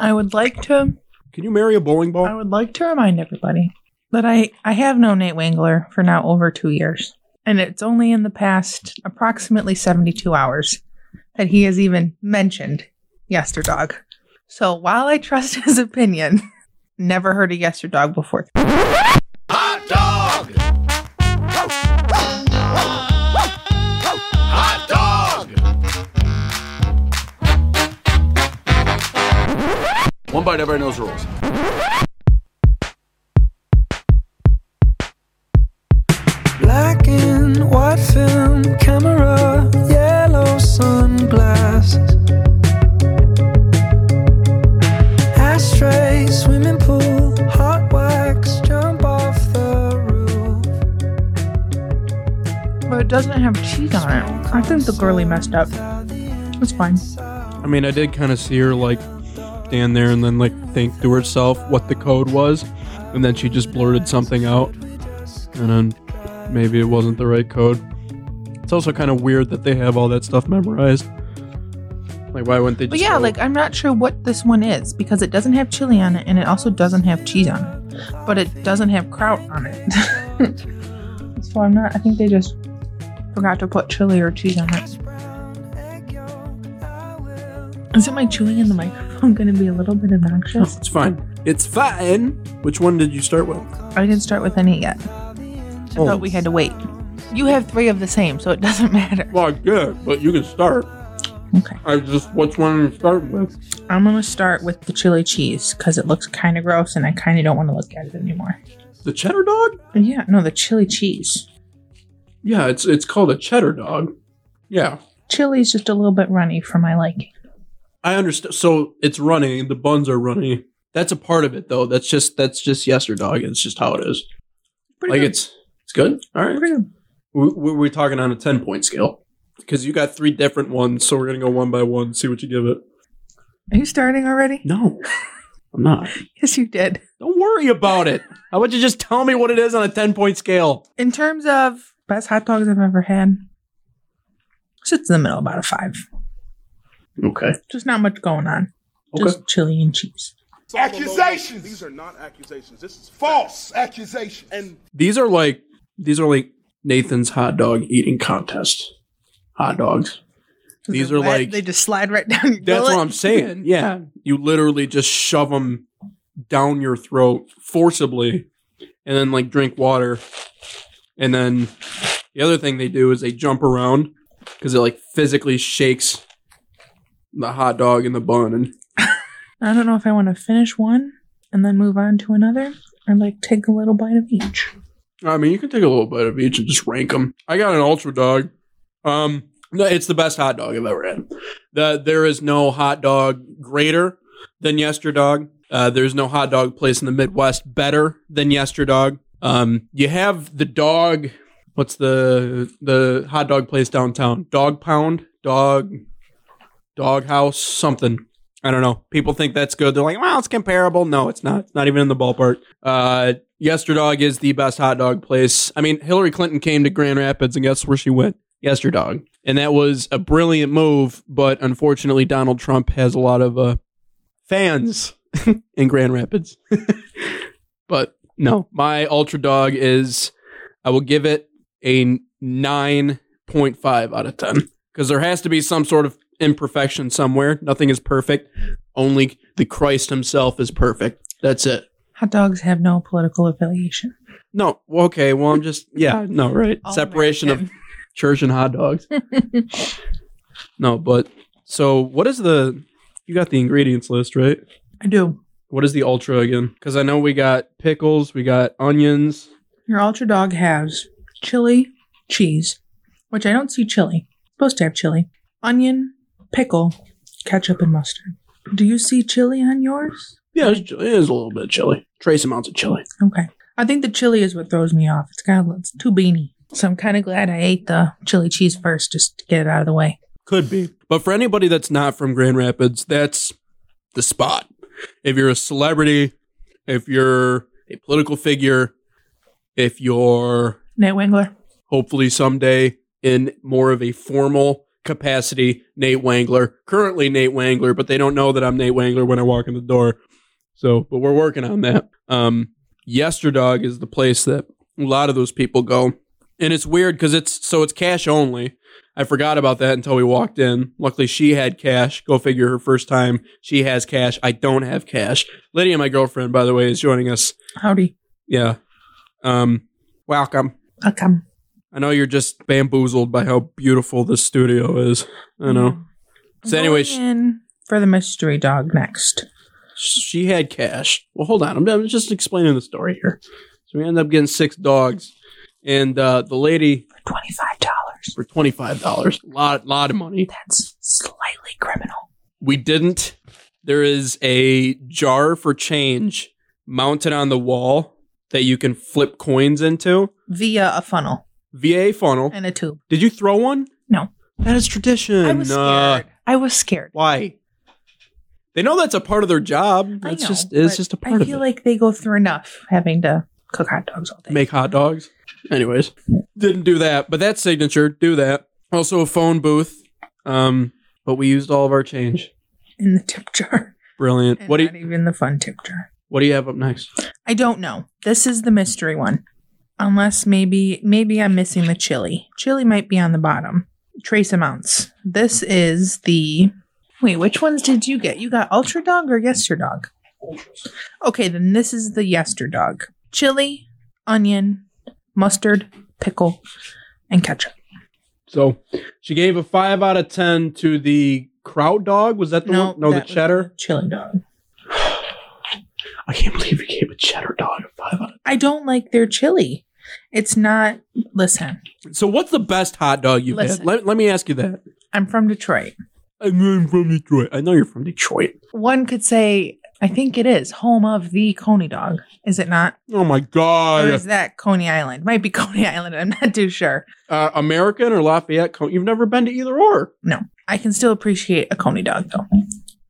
I would like to. Can you marry a bowling I ball? would like to remind everybody that I I have known Nate Wangler for now over two years, and it's only in the past approximately seventy two hours that he has even mentioned Yesterdog. So while I trust his opinion, never heard of Yesterdog before. Hot dog! Hot dog! One bite, everybody knows the rules. Black and white film camera, yellow sunglasses. Ashtray, swimming pool, hot wax, jump off the roof. But it doesn't have cheese on it. I think the girly messed up. It's fine. I mean, I did kind of see her like stand there and then like think to herself what the code was, and then she just blurted something out, and then maybe it wasn't the right code. It's also kind of weird that they have all that stuff memorized. Like, why wouldn't they But just? yeah, go- like I'm not sure what this one is because it doesn't have chili on it and it also doesn't have cheese on it, but it doesn't have kraut on it. so I'm not. I think they just forgot to put chili or cheese on it. Isn't my chewing in the microphone going to be a little bit obnoxious? it's fine. It's fine. Which one did you start with? I didn't start with any yet. I Oh. thought we had to wait. You have three of the same, so it doesn't matter. Well, yeah, but you can start. Okay. I just which one you start with? I'm going to start with the chili cheese because it looks kind of gross and I kind of don't want to look at it anymore. The cheddar dog? Yeah, no, the chili cheese. Yeah, it's it's called a cheddar dog. Yeah, Chili's just a little bit runny for my liking. I understand. So it's runny. The buns are runny. That's a part of it, though. That's just that's just yester dog. It's just how it is. Pretty like good. it's it's good. All right, Pretty good. we, we- we're talking on a ten point scale because you got three different ones. So we're gonna go one by one, see what you give it. Are you starting already? No, I'm not. Yes, you did. Don't worry about it. How about you just tell me what it is on a ten point scale? In terms of best hot dogs I've ever had, sits in the middle, about a five. Okay. Just not much going on. Okay. Just chili and cheese. Accusations! These are not accusations. This is False accusations. and These are like these are like Nathan's hot dog eating contest. Hot dogs. These are Wet, like- they just slide right down. Your That's gullet. what I'm saying. Yeah, you literally just shove them down your throat forcibly, and then like drink water. And then the other thing they do is they jump around because it like physically shakes the hot dog in the bun. And I don't know if I want to finish one and then move on to another, or like take a little bite of each. I mean, you can take a little bit of each and just rank them. I got an ultra dog. Um, no, it's the best hot dog I've ever had. The, there is no hot dog greater than Yesterdog. Uh, there's no hot dog place in the Midwest better than Yesterdog. Um, you have the dog. What's the the hot dog place downtown? Dog Pound, Dog, Dog House, something. I don't know. People think that's good. They're like, well, it's comparable. No, it's not. It's not even in the ballpark. Uh, Yesterdog is the best hot dog place. I mean, Hillary Clinton came to Grand Rapids, and guess where she went? Yesterdog. And that was a brilliant move, but unfortunately, Donald Trump has a lot of uh, fans in Grand Rapids. but no, my Ultra Dog is, I will give it a 9.5 out of 10 because there has to be some sort of imperfection somewhere. Nothing is perfect. Only the Christ himself is perfect. That's it. Hot dogs have no political affiliation. No, well, okay. Well, I'm just yeah. No, right. All Separation of American. church and hot dogs. no, but so what is the? You got the ingredients list, right? I do. What is the ultra again? Because I know we got pickles, we got onions. Your ultra dog has chili, cheese, which I don't see chili. Supposed to have chili, onion, pickle, ketchup, and mustard. Do you see chili on yours? Yeah, it's, chili- it is a little bit chilly. Trace amounts of chili. Okay. I think the chili is what throws me off. It's kind of it's too beany. So I'm kind of glad I ate the chili cheese first just to get it out of the way. Could be. But for anybody that's not from Grand Rapids, that's the spot. If you're a celebrity, if you're a political figure, if you're Nate Wangler. hopefully someday in more of a formal capacity Nate Wangler. Currently Nate Wangler, but they don't know that I'm Nate Wangler when I walk in the door. So, but we're working on that. Um, Yesterdog is the place that a lot of those people go, and it's weird because it's so it's cash only. I forgot about that until we walked in. Luckily, she had cash. Go figure. Her first time, she has cash. I don't have cash. Lydia, my girlfriend, by the way, is joining us. Howdy. Yeah. Um. Welcome. I'll come. I know you're just bamboozled by how beautiful this studio is. I know. So, Going anyway, sh- in for the mystery dog next. she had cash. Well, hold on. I'm, I'm just explaining the story here. So we end up getting six dogs, and uh, the lady For twenty-five dollars. for twenty five dollars. Lot lot of money. That's slightly criminal. We didn't. There is a jar for change mounted on the wall that you can flip coins into Via a funnel VA funnel. and a tube. Did you throw one? No. That is tradition. I was Uh, scared. I was scared. Why? They know that's a part of their job. I That's know, just it's but just a part I of feel it. like they go through enough having to cook hot dogs all day. Make hot dogs. Anyways, didn't do that, but that signature do that. Also a phone booth. Um, but we used all of our change. in the tip jar. Brilliant. And what do you not even the fun tip jar. What do you have up next? I don't know. This is the mystery one. Unless maybe maybe I'm missing the chili. Chili might be on the bottom. Trace amounts. This is the Wait, which ones did you get? You got Ultra Dog or Yester Dog? Okay, then this is the Yester Dog. Chili, onion, mustard, pickle, and ketchup. So she gave a five out of ten to the crowd dog. Was that the No, one? No, the that was cheddar. Chili dog. I can't believe you gave a cheddar dog a five out of I don't like their chili. It's not listen, ten. So what's the best hot dog you've Listen. had? Let, let me ask you that. I'm from Detroit. I'm from Detroit. I know you're from Detroit. one could say, I think it is home of the Coney dog. Is it not? Oh my Or god. is that Coney Island? Might be Coney Island. I'm not too sure. uh, American or Lafayette? Co- You've never been to either or. I can still appreciate a Coney dog though.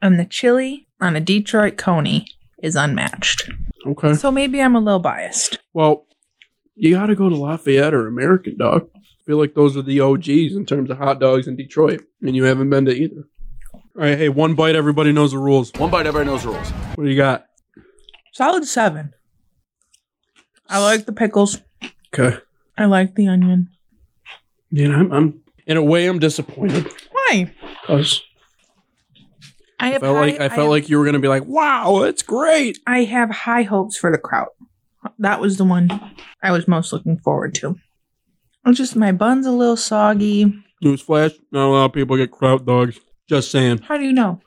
And the chili on a Detroit Coney is unmatched. Okay. So maybe I'm a little biased. Well, you got to go to Lafayette or American dog. I feel like those are the OGs in terms of hot dogs in Detroit, and you haven't been to either. All right, hey, one bite. Everybody knows the rules. One bite, everybody knows the rules. What do you got? Solid seven. I like the pickles. Okay. I like the onion. Man, I'm, I'm in a way I'm disappointed Why? 'cause I I have felt high- like I felt have- like you were gonna be like, wow, that's great. I have high hopes for the kraut. That was the one I was most looking forward to. It's just my bun's a little soggy. Newsflash: Not a lot of people get kraut dogs. Just saying. How do you know?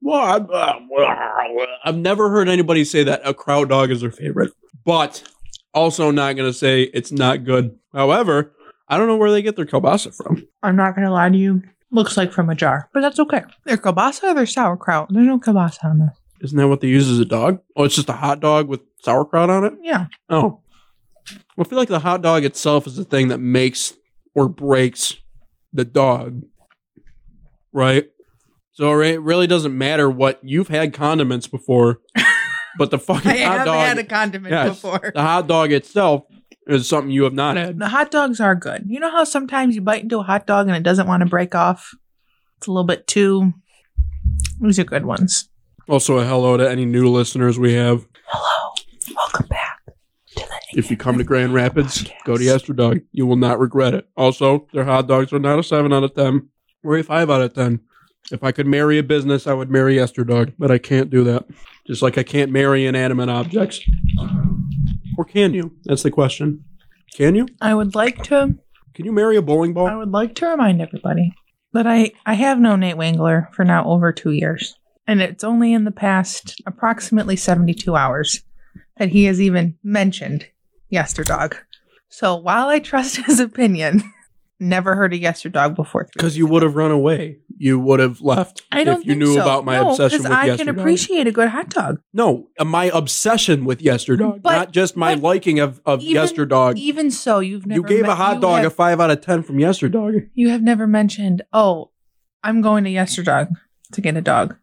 Well, I've, uh, I've never heard anybody say that a kraut dog is their favorite, but also not gonna say it's not good. However, I don't know where they get their kielbasa from. I'm not gonna lie to you. Looks like from a jar, but that's okay. They're kielbasa or they're sauerkraut. There's no kielbasa on this. Isn't that what they use as a dog? Oh, it's just a hot dog with sauerkraut on it. Yeah. Oh. Well, I feel like the hot dog itself is the thing that makes or breaks the dog. Right? So it re- really doesn't matter what you've had condiments before, but the fucking I hot have dog. had a condiment Yes. before. The hot dog itself is something you have not had. The hot dogs are good. You know how sometimes you bite into a hot dog and it doesn't want to break off? It's a little bit too. These are good ones. Also, a hello to any new listeners we have. Hello. Welcome back to the If you come to Grand Rapids, go to Yesterdog. You will not regret it. Also, their hot dogs are not a 7 out of 10 or a 5 out of 10. If I could marry a business, I would marry Yesterdog, but I can't do that. Just like I can't marry inanimate objects. Or can you? That's the question. Can you? I would like to Can you marry a bowling I ball? would like to remind everybody that I, I have known Nate Wangler for now over two years. And it's only in the past approximately 72 hours that he has even mentioned Yesterdog. So while I trust his opinion, never heard of Yesterdog before. three Because you would have run away. You would have left I don't if you think knew so. about my No, obsession 'cause with I Yesterdog. can appreciate a good hot dog. no, uh, my obsession with Yesterdog, But- not just my but liking of, of even- Yesterdog. Even so, you've never you gave men- a hot you dog have- a 5 out of 10 from Yesterdog. you have never mentioned, oh, I'm going to Yesterdog to get a dog.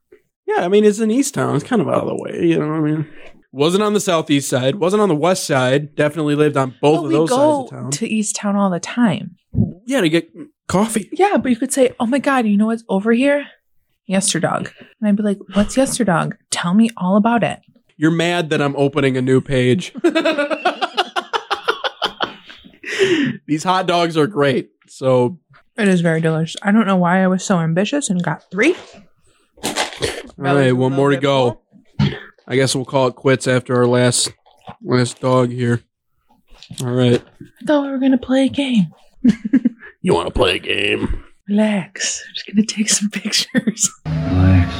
Yeah, I mean it's in East Town. It's kind of out of the way, you know. what I mean, wasn't on the southeast side, wasn't on the west side. Definitely lived on both but of we those sides go of town. to East Town all the time. yeah, to get coffee. Yeah, but you could say, "Oh my God, you know what's over here? Yesterdog," and I'd be like, "What's Yesterdog? Tell me all about it." You're mad that I'm opening a new page. These hot dogs are great. So It is very delicious. I don't know why I was so ambitious and got three. All right, one more to go. I guess we'll call it quits after our last last dog here. All right. I thought we were gonna play a game. You want to play a game? Relax. I'm just gonna take some pictures. Relax.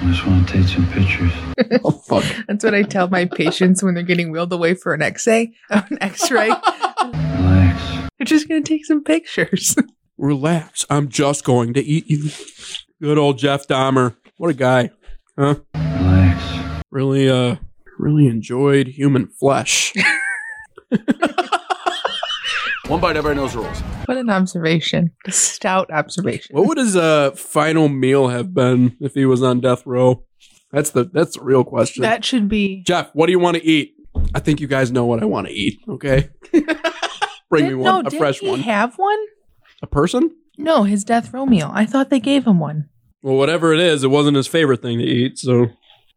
I just want to take some pictures. Oh fuck! That's what I tell my patients when they're getting wheeled away for an X-ray. An X-ray. Relax. They're just gonna take some pictures. Relax. I'm just going to eat you. Good old Jeff Dahmer. What a guy. Relax. Really, uh, really enjoyed human flesh. One bite, everybody knows the rules. what an observation. A stout observation. what would his uh final meal have been if he was on death row? That's the that's the real question. That should be. Jeff, what do you want to eat? I think you guys know what I want to eat. Okay. Bring me Did- one, no, a fresh didn't he one. Have one? a person? No, his death row meal. I thought they gave him one. Well, whatever it is, it wasn't his favorite thing to eat, so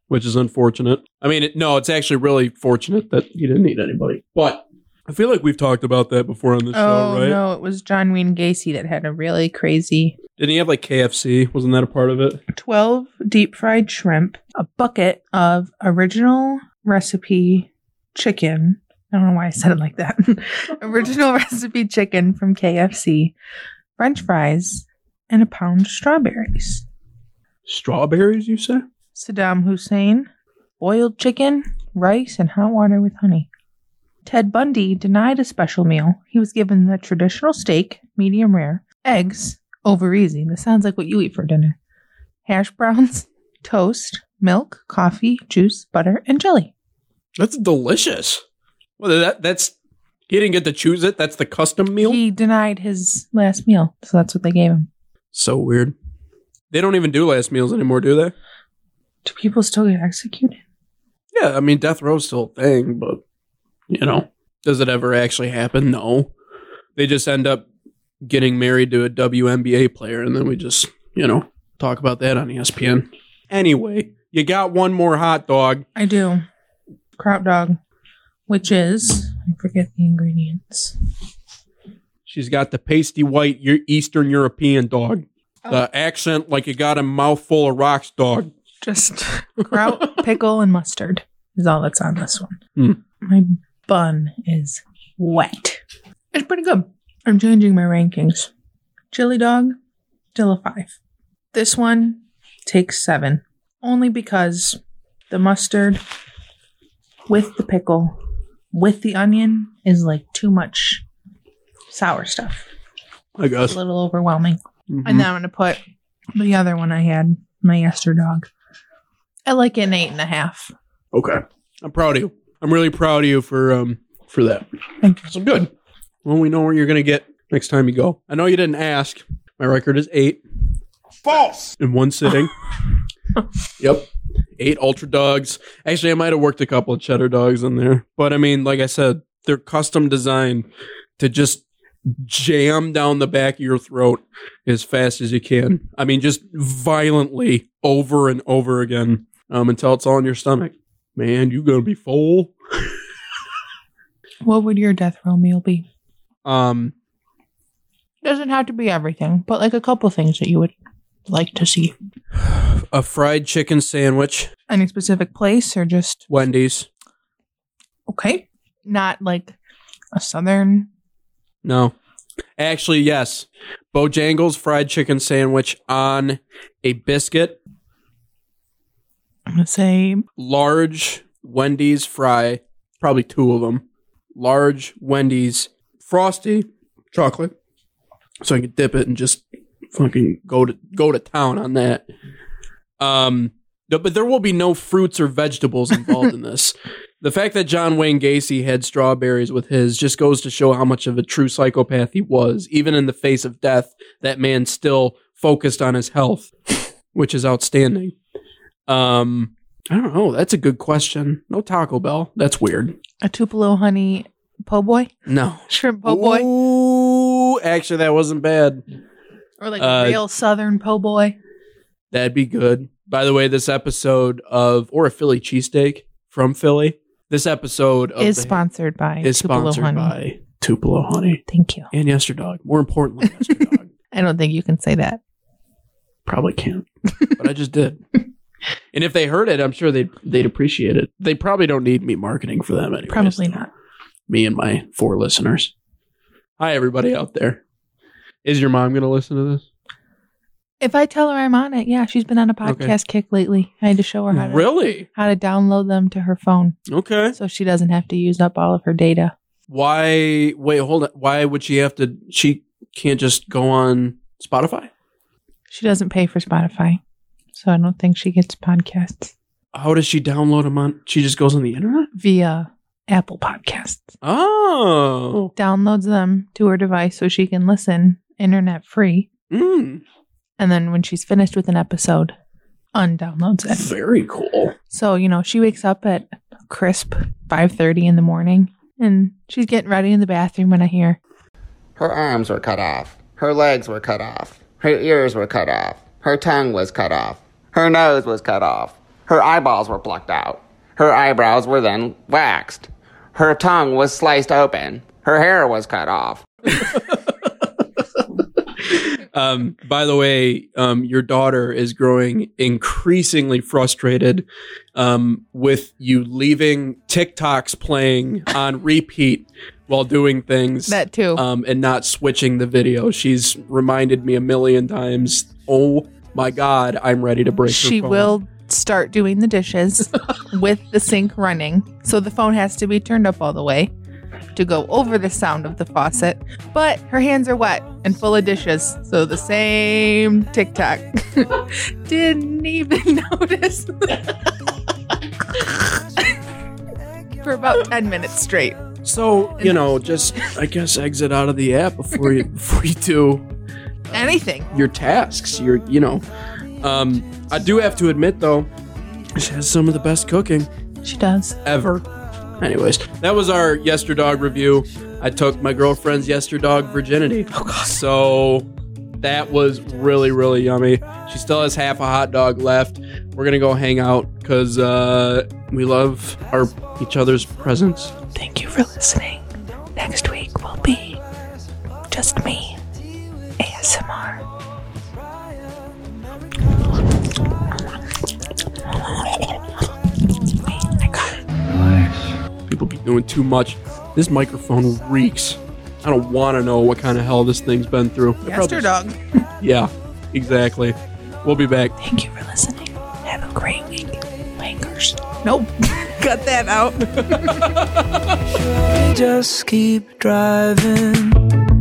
which is unfortunate. I mean, it, no, it's actually really fortunate that he didn't eat anybody. But I feel like we've talked about that before on the Oh show, right? no, it was John Wayne Gacy that had a really crazy Didn't he have like KFC? Wasn't that a part of it? 12 deep fried shrimp, a bucket of original recipe chicken. I don't know why I said it like that. original recipe chicken from KFC, french fries, and a pound of strawberries. Strawberries, you say? Saddam Hussein, boiled chicken, rice, and hot water with honey. Ted Bundy denied a special meal. He was given the traditional steak, medium rare, eggs, over easy. This sounds like what you eat for dinner. Hash browns, toast, milk, coffee, juice, butter, and jelly. That's delicious. Well, that that's he didn't get to choose it. That's the custom meal. He denied his last meal, so that's what they gave him. so weird. They don't even do last meals anymore, do they? Do people still get executed? Yeah, I mean, death row's still a thing, but you know, does it ever actually happen? No. They just end up getting married to a WNBA player, and then we just, you know, talk about that on E ESPN. Anyway, you got one more hot dog. I do. Crop dog, which is, I forget the ingredients. She's got the pasty white Eu- Eastern European dog. The accent, like you got a mouthful of rocks dog. Just kraut, pickle, and mustard is all that's on this one. Hmm. My bun is wet. It's pretty good. I'm changing my rankings. Chili dog, still a five. This one takes seven, only because the mustard with the pickle with the onion is like too much sour stuff. I It's guess. a little overwhelming. Mhm. And then I'm gonna put the other one I had, my Yester dog. I like an eight and a half. Mm-hmm. Okay. I'm proud of you. I'm really proud of you for um for that. Thank you. So good. Well, we know where you're gonna get next time you go. I know you didn't ask. My record is eight False. in one sitting. yep. Eight ultra dogs. Actually, I might have worked a couple of cheddar dogs in there. But I mean, like I said, they're custom designed to just jam down the back of your throat as fast as you can. I mean, just violently over and over again um, until it's all in your stomach. Man, you going to be full. What would your death row meal be? Um, Doesn't have to be everything, but like a couple things that you would like to see. a fried chicken sandwich, Any specific place or just Wendy's. okay? Not like a southern No. Actually, yes. Bojangles fried chicken sandwich on a biscuit, I'm gonna say large Wendy's fry, probably two of them. Large Wendy's frosty chocolate. So I can dip it and just fucking go to go to town on that. Um no, but there will be no fruits or vegetables involved in this. The fact that John Wayne Gacy had strawberries with his just goes to show how much of a true psychopath he was. Even in the face of death, that man still focused on his health, which is outstanding. Um, I don't know. That's a good question. No Taco Bell. That's weird. a Tupelo honey po' boy, No. shrimp po' Oh, boy. Ooh, actually, that wasn't bad. Or like Uh, a real southern po' boy. That'd be good. By the way, this episode of or a Philly cheesesteak from Philly. This episode of is the- sponsored by oh, is Tupelo sponsored Honey. by Tupelo Honey Thank you. and Yesterdog. More importantly, Yesterdog I don't think you can say that. probably can't, but I just did. And if they heard it, I'm sure they'd they'd appreciate it. They probably don't need me marketing for them anyway. Probably not. Me and my four listeners. Hi, everybody out there. Is your mom going to listen to this? If I tell her I'm on it, yeah, she's been on a Okay. podcast kick lately. I had to show her how to, Really? how to download them to her phone Okay. so she doesn't have to use up all of her data. Why? Wait, hold on. Why would she have to? She can't just go on Spotify. She doesn't pay for Spotify, so I don't think she gets podcasts How does she download them on? She just goes on the internet. via Apple Podcasts. Oh, Downloads them to her device so she can listen internet free. mm, And then when she's finished with an episode, undownloads it. very cool. So, you know, she wakes up at crisp 5:30 in the morning and she's getting ready in the bathroom and I hear, Her arms were cut off. Her legs were cut off. Her ears were cut off. Her tongue was cut off. Her nose was cut off. Her eyeballs were plucked out. Her eyebrows were then waxed. Her tongue was sliced open. Her hair was cut off. Um, by the way, um, your daughter is growing increasingly frustrated um, with you leaving TikToks playing on repeat while doing things "That too." um, and not switching the video. She's reminded me a million times. Oh my God, I'm ready to break. her she phone." will start doing the dishes with the sink running. So the phone has to be turned up all the way to go over the sound of the faucet. But her hands are wet and full of dishes. So the same TikTok. Didn't even notice. For about 10 minutes straight. So you know, just I guess exit out of the app before you before you do Anything. your tasks. Your you know, um, I do have to admit though, she has some of the best cooking She does. ever. Anyways, that was our Yesterdog review. I took my girlfriend's Yesterdog virginity. Oh god. So that was really really yummy. She still has half a hot dog left. We're gonna go hang out because uh, we love our each other's presence. Thank you for listening. Next week will be just me. ASMR. Relax. People be doing too much. This microphone reeks. I don't want to know what kind of hell this thing's been through. It probably- dog. Yeah, exactly. We'll be back. Thank you for listening. Have a great week. Wankers. Nope. Cut that out. just keep driving.